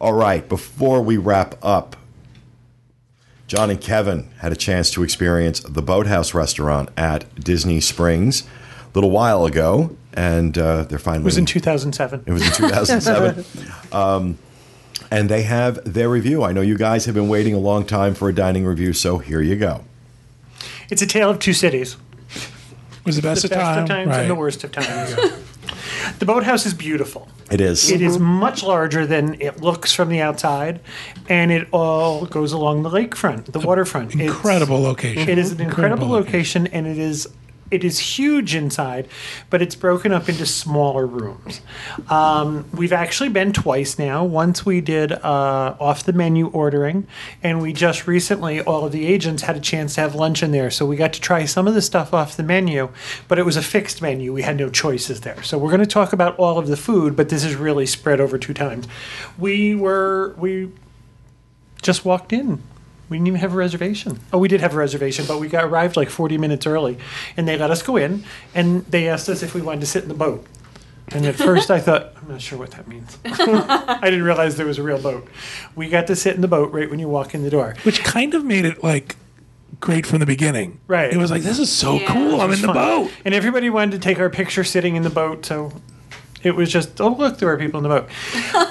All right, before we wrap up, John and Kevin had a chance to experience the Boathouse restaurant at Disney Springs a little while ago, and uh, they're finally. It was in 2007. It was in 2007. um, and they have their review. I know you guys have been waiting a long time for a dining review, so here you go. It's a tale of two cities. It was the best, the best of, time. of times right. and the worst of times. the boathouse is beautiful. It is. It is much larger than it looks from the outside, and it all goes along the lakefront, the waterfront. It's- Incredible location. It is an incredible, location, and it is it is huge inside, but it's broken up into smaller rooms. Um, we've actually been twice now. Once we did uh, off the menu ordering, and we just recently all of the agents had a chance to have lunch in there, so we got to try some of the stuff off the menu, but it was a fixed menu. We had no choices there. So we're going to talk about all of the food, but this is really spread over two times. We were we just walked in. We didn't even have a reservation. Oh, we did have a reservation, but we got arrived like 40 minutes early, and they let us go in, and they asked us if we wanted to sit in the boat. And at first, I thought, I'm not sure what that means. I didn't realize there was a real boat. We got to sit in the boat right when you walk in the door. Which kind of made it like great from the beginning. Right. It was like, this is so Yeah. cool. I'm in the fun. boat. And everybody wanted to take our picture sitting in the boat, so it was just, oh, look, there are people in the boat.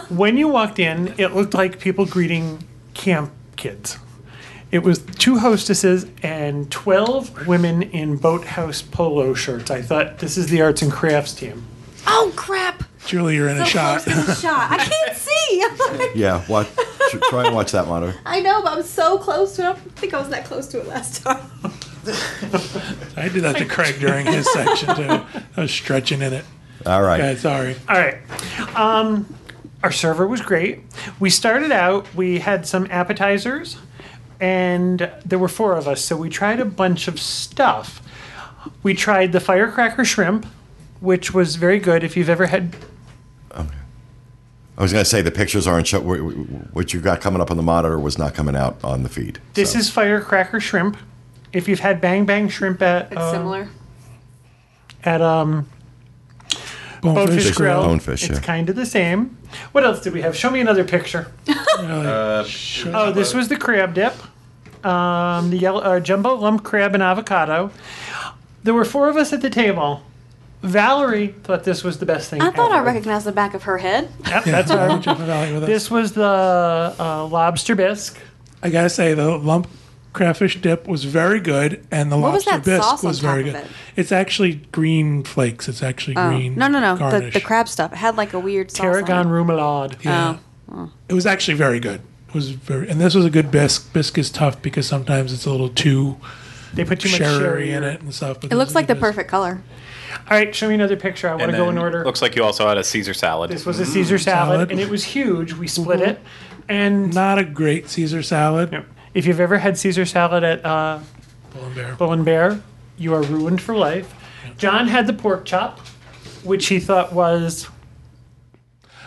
when you walked in, it looked like people greeting camp kids. It was two hostesses and 12 women in boathouse polo shirts. I thought, this is the arts and crafts team. Oh crap! Julie, you're in a So shot. close to the shot. I can't see. Yeah, watch, tr- try and watch that monitor. I know, but I'm so close to it. I don't think I was that close to it last time. I did that to Craig during his section too. I was stretching in it. All right. Yeah, sorry. All right. Um, our server was great. We started out, we had some appetizers, and there were four of us, so we tried a bunch of stuff. We tried the firecracker shrimp, which was very good. If you've ever had, I was going to say the pictures aren't show. wh- wh- What you got coming up on the monitor was not coming out on the feed. this so. is firecracker shrimp. If you've had bang bang shrimp at It's uh, similar. at um, Bonefish Bonefish Grill, Bonefish, it's yeah. kind of the same. What else did we have? Show me another picture. Really. Oh, this was the crab dip, um, the yellow, uh, jumbo lump crab and avocado. There were four of us at the table. Valerie thought this was the best thing. I thought I ever. recognized the back of her head. Yep, that's what I rec- Why would you evaluate that? This was the uh, lobster bisque. I gotta say the lump crabfish dip was very good, and the What was lobster that bisque sauce on was very top good. of it? It's actually green flakes. It's actually Oh. green. No, no, no. The, Garnish. the crab stuff. It had like a weird sauce. Tarragon on it. Rumelade. Yeah. It was actually very good. It was very, and this was a good bisque. Bisque is tough because sometimes it's a little too, They put too much sherry, sherry in it and stuff. But It this looks was like a the bisque. perfect color. All right, show me another picture. I want to And go in then order. Looks like you also had a Caesar salad. this was a Caesar salad, salad. and it was huge. We split Mm-hmm. it. And Not a great Caesar salad. if you've ever had Caesar salad at uh, Bull and bear. Bull and Bear, you are ruined for life. John had the pork chop, which he thought was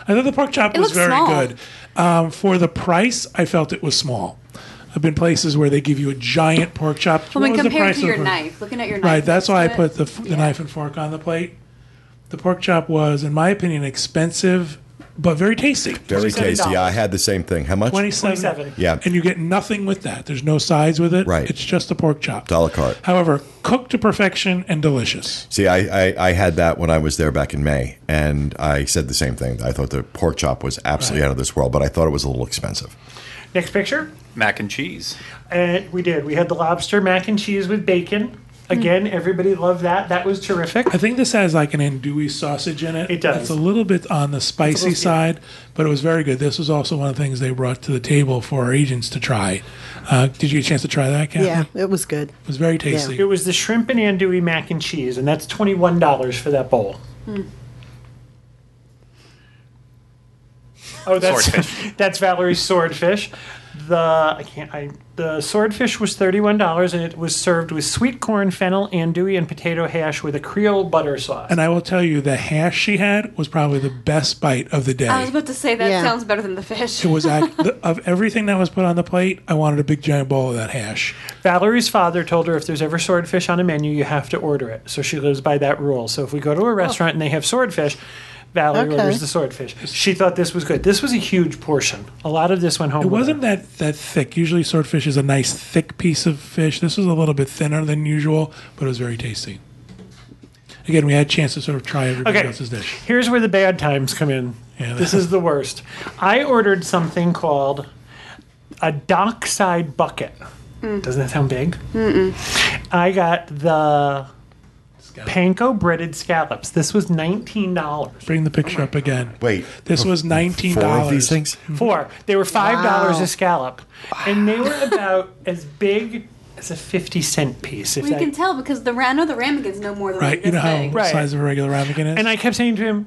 I thought the pork chop It was looks very small. good. Um, for the price, I felt it was small. I've been places where they give you a giant pork chop. Well, What when was the compared price to of your the pork- knife, looking at your knife. Right, that's why I next to it, put the, f- the knife and fork on the plate. The pork chop was, in my opinion, expensive, but very tasty. very tasty. $27. I had the same thing. How much? 27. 27. Yeah. And you get nothing with that. There's no sides with it. Right. It's just the pork chop. It's a la carte. However, cooked to perfection and delicious. See, I, I, I had that when I was there back in May, and I said the same thing. I thought the pork chop was absolutely out of this world, but I thought it was a little expensive. next picture. mac and cheese. And we did. We had the lobster mac and cheese with bacon. Again, everybody loved that. That was terrific. I think this has like an andouille sausage in it. It does. It's a little bit on the spicy little- side, but it was very good. This was also one of the things they brought to the table for our agents to try. Uh, did you get a chance to try that, Kathy? Yeah, it was good. It was very tasty. It was the shrimp and andouille mac and cheese, and that's twenty one dollars for that bowl. Oh, that's Swordfish. that's Valerie's swordfish. The I can't I the swordfish was thirty one dollars, and it was served with sweet corn, fennel, andouille, and potato hash with a Creole butter sauce. And I will tell you, the hash she had was probably the best bite of the day. I was about to say that Yeah. sounds better than the fish. it was act- the, of everything that was put on the plate. I wanted a big giant bowl of that hash. Valerie's father told her if there's ever swordfish on a menu, you have to order it. So she lives by that rule. So if we go to a restaurant and they have swordfish, Valerie Okay. orders the swordfish. She thought this was good. This was a huge portion. A lot of this went home. It with her. wasn't that that thick. Usually swordfish is a nice thick piece of fish. This was a little bit thinner than usual, but it was very tasty. Again, we had a chance to sort of try everybody Okay. else's dish. Here's where the bad times come in. Yeah, this that- is the worst. I ordered something called a dockside bucket. Doesn't that sound big? Mm-mm. I got the panko breaded scallops. This was nineteen dollars. Bring the picture up again. Wait, This was nineteen four dollars. of these things? Four. They were five dollars Wow. a scallop, and they were about as big as a fifty cent piece. If We that- can tell because the ra- I know the ramigan's no more than Right, this you know how big. the Right. size of a regular ramekin is. And I kept saying to him,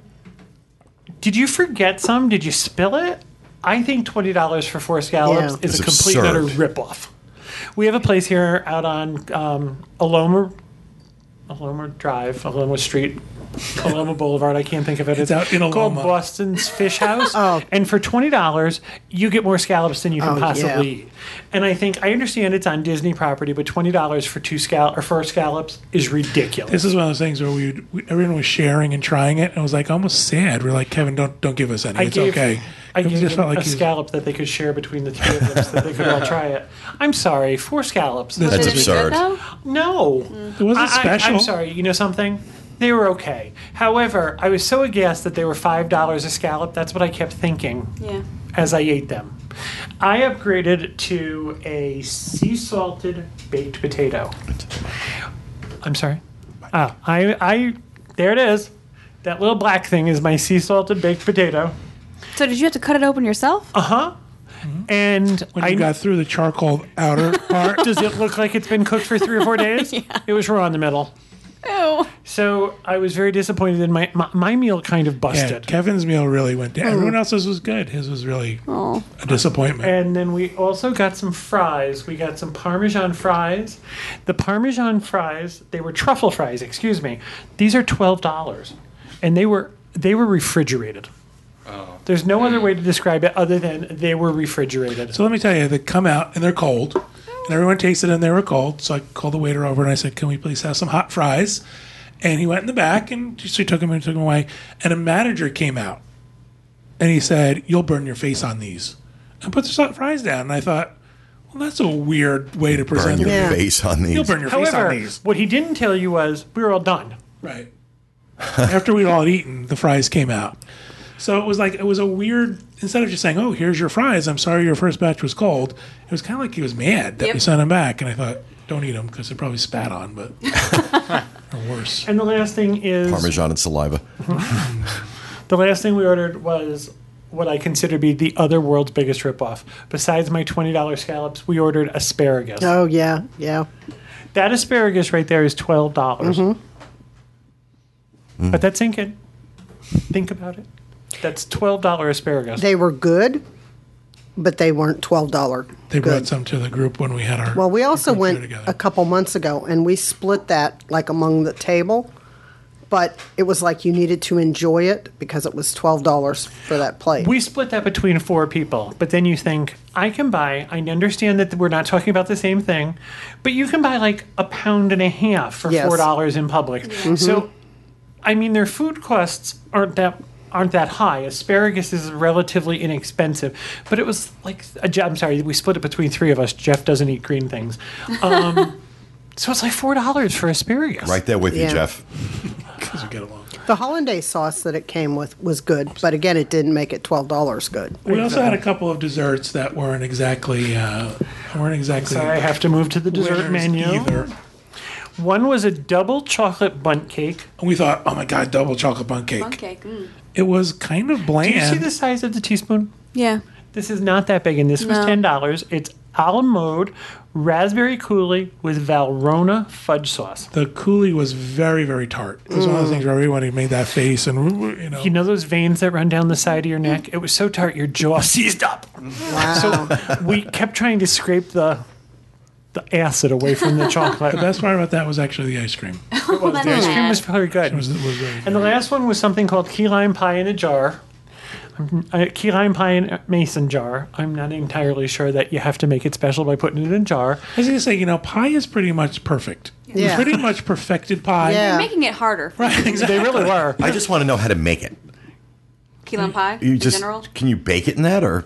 Did you forget some? Did you spill it? I think $20 for four scallops Yeah. It's is a complete and utter absurd. ripoff. We have a place here out on um, Aloma, Aloma Drive, Aloma Street, Aloma Boulevard. I can't think of it. It's out in called Aloma. Boston's Fish House. And for $20, you get more scallops than you can Oh, possibly yeah. eat. And I think, I understand it's on Disney property, but $20 for two scal- or four scallops is ridiculous. this is one of those things where we, would- we everyone was sharing and trying it, and it was like almost sad. We're like, Kevin, don't don't give us any. I it's gave, okay. I It gave just them felt like a he was- scallop that they could share between the two of them so that they could all try it. I'm sorry, four scallops. That's Was That's it any good, absurd. though? no. It wasn't I, I, special. I'm sorry, you know something? They were okay. However, I was so aghast that they were $5 a scallop. That's what I kept thinking Yeah. as I ate them. I upgraded to a sea salted baked potato. I'm sorry. Oh, I, I, there it is. That little black thing is my sea salted baked potato. So did you have to cut it open yourself? And when I you got through the charcoal outer part. does it look like it's been cooked for three or four days? It was raw in the middle. Oh. So I was very disappointed in my my, my meal kind of Yeah, busted. Oh. Kevin's meal really went down. Everyone else's was good. His was really Oh. a disappointment. and then we also got some fries. We got some Parmesan fries. The Parmesan fries, they were truffle fries, excuse me. These are twelve dollars. And they were they were refrigerated. Oh. There's no other way to describe it other than they were refrigerated. So let me tell you, they come out and they're cold, and everyone tasted and they were cold. So I called the waiter over and I said, "Can we please have some hot fries?" And he went in the back and she took him and took him away. And a manager came out and he said, "You'll burn your face on these," and put the hot fries down. And I thought, well, that's a weird way to Burn present your it. Yeah. face on these. You'll burn your face on However, these, what he didn't tell you was we were all done. right? After we'd all eaten, the fries came out. So it was like it was a weird. Instead of just saying, "Oh, here's your fries," I'm sorry your first batch was cold. It was kind of like he was mad that we Yep. sent him back, and I thought, "Don't eat them because they probably spat on," but or worse. And the last thing is Parmesan and saliva. The last thing we ordered was what I consider to be the other world's biggest ripoff. Besides my $20 scallops, we ordered asparagus. Oh yeah, yeah. That asparagus right there is $12. dollars But that's in. Think about it. That's $12 asparagus. They were good, but they weren't twelve dollar. They brought good. some to the group when we had our. Well, we also group dinner went a couple months ago, and we split that like among the table. But it was like you needed to enjoy it because it was twelve dollars for that plate. we split that between four people, but then you think, I can buy, I understand that we're not talking about the same thing, but you can buy like a pound and a half for Yes. $4 in public. So, I mean, their food costs aren't that. Aren't that high? Asparagus is relatively inexpensive, but it was like a Je- I'm sorry, we split it between three of us. Jeff doesn't eat green things, um, so it's like four dollars for asparagus. Right there with you, Yeah. Jeff. because we get along. the hollandaise sauce that it came with was good, but again, it didn't make it twelve dollars good. We also had a couple of desserts that weren't exactly uh, weren't exactly So I have to move to the dessert winners menu. either. One was a double chocolate bunt cake. And we thought, "Oh my god, double chocolate bun cake!" Bun cake. Mm. It was kind of bland. Do you see the size of the teaspoon? Yeah. This is not that big, and this was No. ten dollars. It's a la mode raspberry coulis with Valrhona fudge sauce. The coulis was very, very tart. It was one of those things where everybody made that face and, you know. You know those veins that run down the side of your neck? It was so tart, your jaw seized up. Wow. We kept trying to scrape the the acid away from the chocolate. the it best part about that was actually the ice cream. It was, the ice cream was very good. was, it was very And the last one was something called key lime pie in a jar. I'm- uh, Key lime pie in a mason jar. I'm not entirely sure that you have to make it special by putting it in a jar. I was going to say, you know, pie is pretty much perfect. Yeah. Pretty much perfected pie. Yeah. Making it harder. Right, exactly. They really were. I just want to know how to make it. Key lime pie. You in just general. can you bake it in that or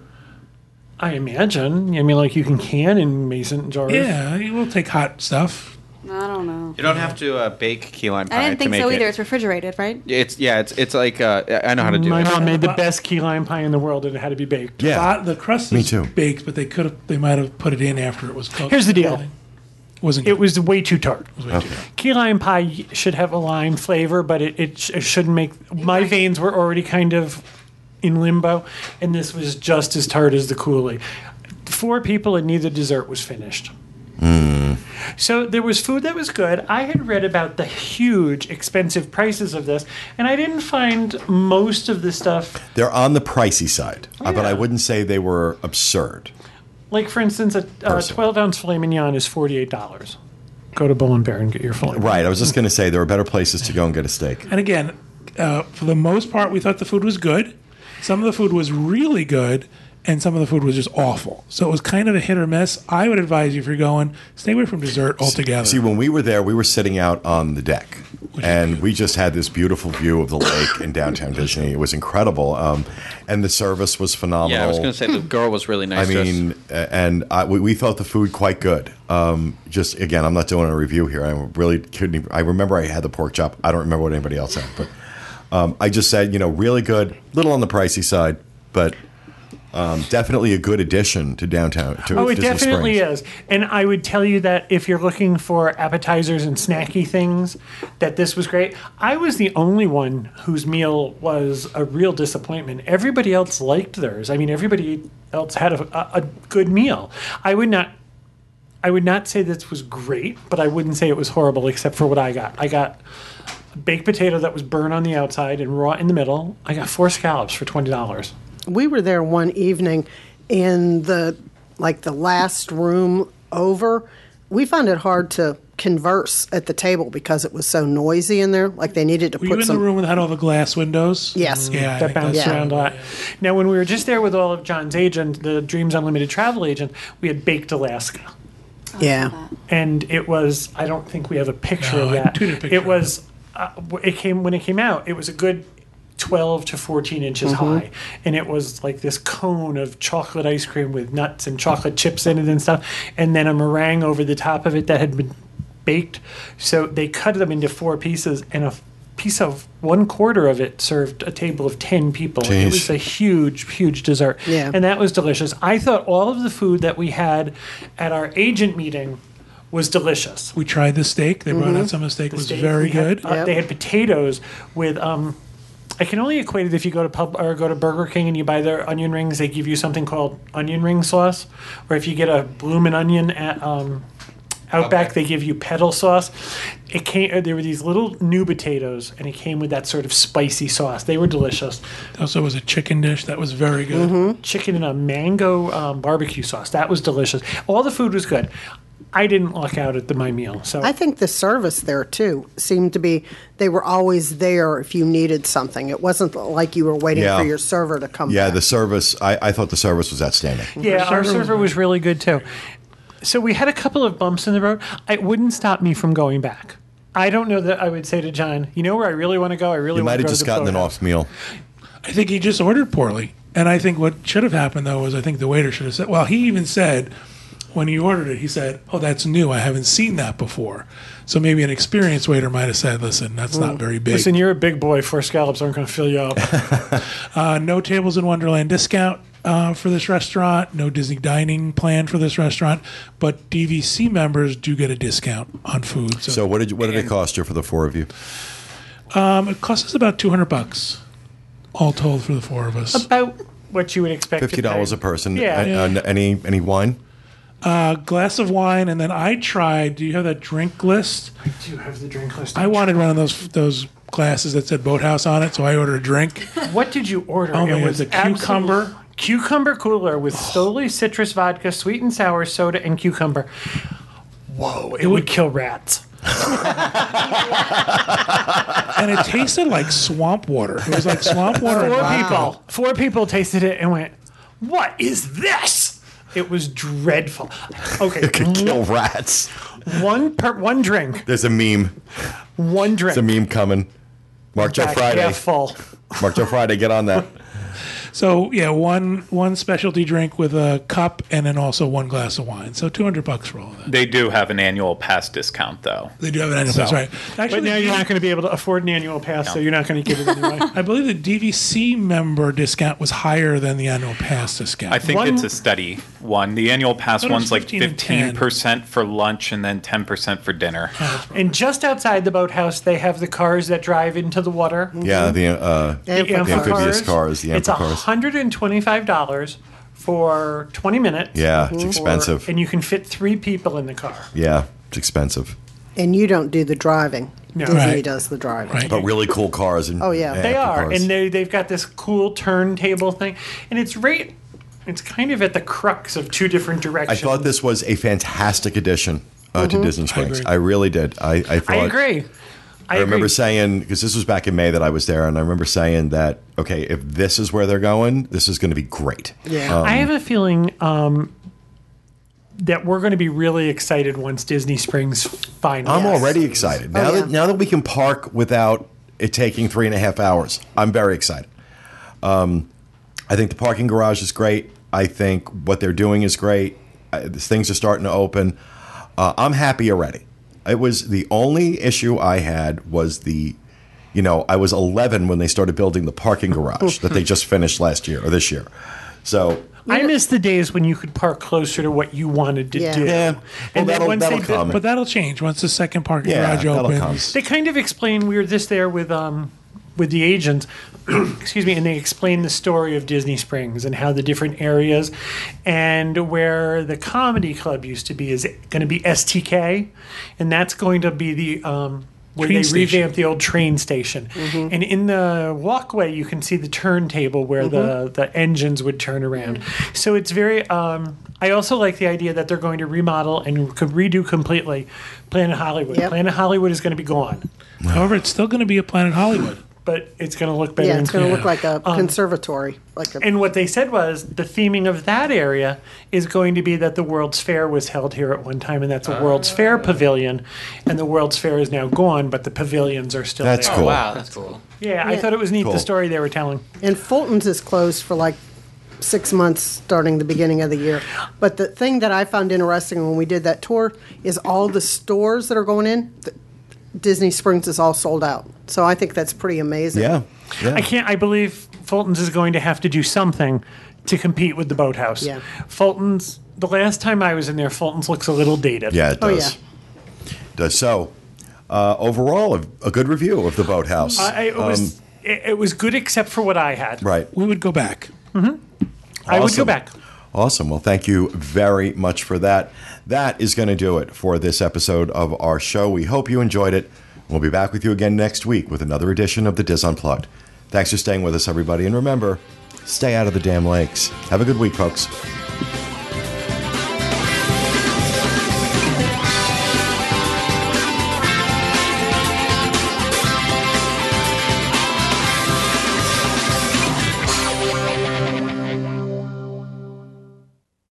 I imagine. I mean, like you can can in mason jars. Yeah, we'll take hot stuff. I don't know. You don't have to uh, bake key lime pie I didn't to think make so it. either. It's refrigerated, right? It's yeah, it's it's like uh, I know how to do Mm, My it. mom made the best key lime pie in the world, and it had to be baked. yeah? Hot- the crust is Me too. baked, but they could have they might have put it in after it was cooked. Here's the deal. It wasn't It was way too tart. way too Key lime pie should have a lime flavor, but it, it, sh- it shouldn't make. My veins were already kind of in limbo, and this was just as tart as the coulis. Four people, and neither dessert was finished. So there was food that was good. I had read about the huge, expensive prices of this, and I didn't find most of the stuff They're on the pricey side, uh, but I Yeah. wouldn't say they were absurd. Like for instance, a uh, Personally. twelve ounce filet mignon is forty eight dollars. Go to Bull and Bear and get your filet. Right. I was just going to say there are better places to go and get a steak. And again, uh, for the most part, we thought the food was good. Some of the food was really good, and some of the food was just awful. So it was kind of a hit or miss. I would advise you if you're going, stay away from dessert altogether. See, when we were there, we were sitting out on the deck, and we just had this beautiful view of the lake in downtown Disney. It was incredible, um, and the service was phenomenal. Yeah, I was gonna say the girl was really I nice. to us. mean, a- and I, we, we thought the food quite good. Um, just again, I'm not doing a review here. I really couldn't. Even, I remember I had the pork chop. I don't remember what anybody else had, but um, I just said, you know, really good, little on the pricey side, but um, definitely a good addition to downtown. To Oh, it Disney definitely Springs. is. And I would tell you that if you're looking for appetizers and snacky things, that this was great. I was the only one whose meal was a real disappointment. Everybody else liked theirs. I mean, everybody else had a, a, a good meal. I would not. I would not say this was great, but I wouldn't say it was horrible except for what I got. I got a baked potato that was burned on the outside and raw in the middle. I got four scallops for twenty dollars. we were there one evening in the like the last room over we found it hard to converse at the table because it was so noisy in there like they needed to were you put in some the room that had all the glass windows? Yes. Yeah. I that think bounced that's- yeah. around a lot. Now, when we were just there with all of John's agent, the Dreams Unlimited travel agent, we had baked Alaska, yeah and it was I don't think we have a picture No, of I that. tweeted a picture it of was uh, w- it came when it came out. It was a good. 12 to 14 inches high and it was like this cone of chocolate ice cream with nuts and chocolate chips in it and stuff and then a meringue over the top of it that had been baked so they cut them into four pieces and a f- piece of one quarter of it served a table of 10 people it Jeez. was a huge huge dessert Yeah. and that was delicious i thought all of the food that we had at our agent meeting was delicious We tried the steak. They brought out some of the steak. It was steak. very We had, good. uh, Yep. They had potatoes with. Um, I can only equate it if you go to pub or go to Burger King and you buy their onion rings. They give you something called onion ring sauce, or if you get a bloomin' onion at um, Outback, they give you petal sauce. It came. uh, There were these little new potatoes, and it came with that sort of spicy sauce. They were delicious. also was a chicken dish that was very good. Chicken and a mango um, barbecue sauce. That was delicious. All the food was good. I didn't luck out at the, my meal, so i think the service there too seemed to be they were always there if you needed something it wasn't like you were waiting Yeah. for your server to come Yeah, back. the service. I, I thought the service was outstanding. Yeah, Our our server was server was really good too. So we had a couple of bumps in the road. It wouldn't stop me from going back. I don't know that I would say to John, you know where I really want to go. I really You want might have to go just to the gotten an Florida." off meal. I think he just ordered poorly. And I think what should have happened though was I think the waiter should have said, well, he even said when he ordered it, he said, "Oh, that's new. I haven't seen that before." So maybe an experienced waiter might have said, "Listen, that's not very big." Listen, you're a big boy. Four scallops aren't going to fill you up. Uh, no tables in Wonderland discount uh, for this restaurant. No Disney dining plan for this restaurant, but DVC members do get a discount on food. So, So what did you, what did it cost you for the four of you? um, it costs us about two hundred bucks, all told, for the four of us. About what you would expect. to Fifty dollars pay. a person. Yeah. A- a- any any wine? A glass of wine, and then I tried. Do you have that drink list? Do you have the drink list? I wanted one of those those glasses that said boathouse on it, so I ordered a drink. What did you order? Oh my God, the absolute- cucumber. cucumber cooler with Stoli citrus vodka, sweet and sour soda, and cucumber. Whoa! It would kill rats. and it tasted like swamp water. It was like swamp water. Four and people. Four people tasted it and went, "What is this?" It was dreadful. Okay, Could kill rats. one per one drink, Mm-hmm. There's a meme. one drink. There's a meme coming. Mark Joe Back Friday. half full. Mm-hmm. Mark Joe Friday. Get on that. So yeah, one one specialty drink with a cup, and then also one glass of wine. So two hundred bucks for all of that. They do have an annual pass discount, though. They do have an annual pass, So- right? Actually, But now the you're not going to be able to afford an annual pass, so you're not going to give it away. I believe the DVC member discount was higher than the annual pass discount. I think One- it's a study one. The annual pass thought it was one's like 15 and 10. 15% for lunch and then 10% for dinner. and just outside the boathouse, they have the cars that drive into the water. Yeah, the uh, Amphicars. the amphibious cars, the It's amphibious cars. hundred and twenty-five dollars for twenty minutes. Yeah, it's for- expensive. and you can fit three people in the car. Yeah, it's expensive, And you don't do the driving. No. Disney Right. does the driving. Right. but really cool cars. And, Oh, yeah. and They are, amphicars. and they they've got this cool turntable thing, and it's right. It's kind of at the crux of two different I directions. thought this was a fantastic addition uh, to Disney Springs. agree. I, really did. I, I thought. Mm-hmm. I agree. I I, remember agree. saying because this was back in May that I was there, and I remember saying that okay, if this is where they're going, this is going to be great. Yeah. I have a feeling um, that we're going to be really excited once Disney Springs finally. I'm Yes. already excited now yeah. that now that we can park without it taking three and a half hours. I'm very excited. Um, I think the parking garage is great. I think what they're doing is great. I, things are starting to open. Uh, I'm happy already. It was the only issue I had was the, you know, I was 11 when they started building the parking garage that they just finished last year or this year. So I miss the days when you could park closer to what you wanted to Yeah. do. Yeah. Well, And then that'll- once that'll they, come. But that'll change once the second parking Yeah, garage that'll come. opens. they kind of explain we were just there with um with the agents excuse me and they explain the story of disney springs and how the different areas and where the comedy club used to be is going to be stk and that's going to be the um where Train they station. revamped the old train station, Mm-hmm. and in the walkway you can see the turntable where the Mm-hmm. the engines would turn around. So it's very. Um, I also like the idea that they're going to remodel and could redo completely Planet Hollywood. Yep. Planet Hollywood is going to be gone, However, it's still going to be a Planet Hollywood. but it's going to look better. Yeah, it's going to and- look like a Um, conservatory, like a and what they said was the theming of that area is going to be that the World's Fair was held here at one time, and that's a World's Ah. Fair pavilion, and the World's Fair is now gone, but the pavilions are still that's there. cool. Wow, that's cool. Yeah, I thought it was neat Cool. the story they were telling. And Fulton's is closed for like six months starting the beginning of the year. But the thing that I found interesting when we did that tour is all the stores that are going in, th- Disney Springs is all sold out. So I think that's pretty amazing. Yeah. yeah. I can't. I believe Fulton's is going to have to do something to compete with the boathouse. Yeah. Fulton's. The last time I was in there, Fulton's looks a little dated. Yeah, it Oh, does. does. So, uh, overall, a, a good review of the boathouse. I, it was. it, it was good except for what I had. Um, right. We would go back. I would go Awesome. back. Awesome. Well, thank you very much for that. That is going to do it for this episode of our show. We hope you enjoyed it. We'll be back with you again next week with another edition of the Diz Unplugged. Thanks for staying with us, everybody. And remember, stay out of the damn lakes. Have a good week, folks.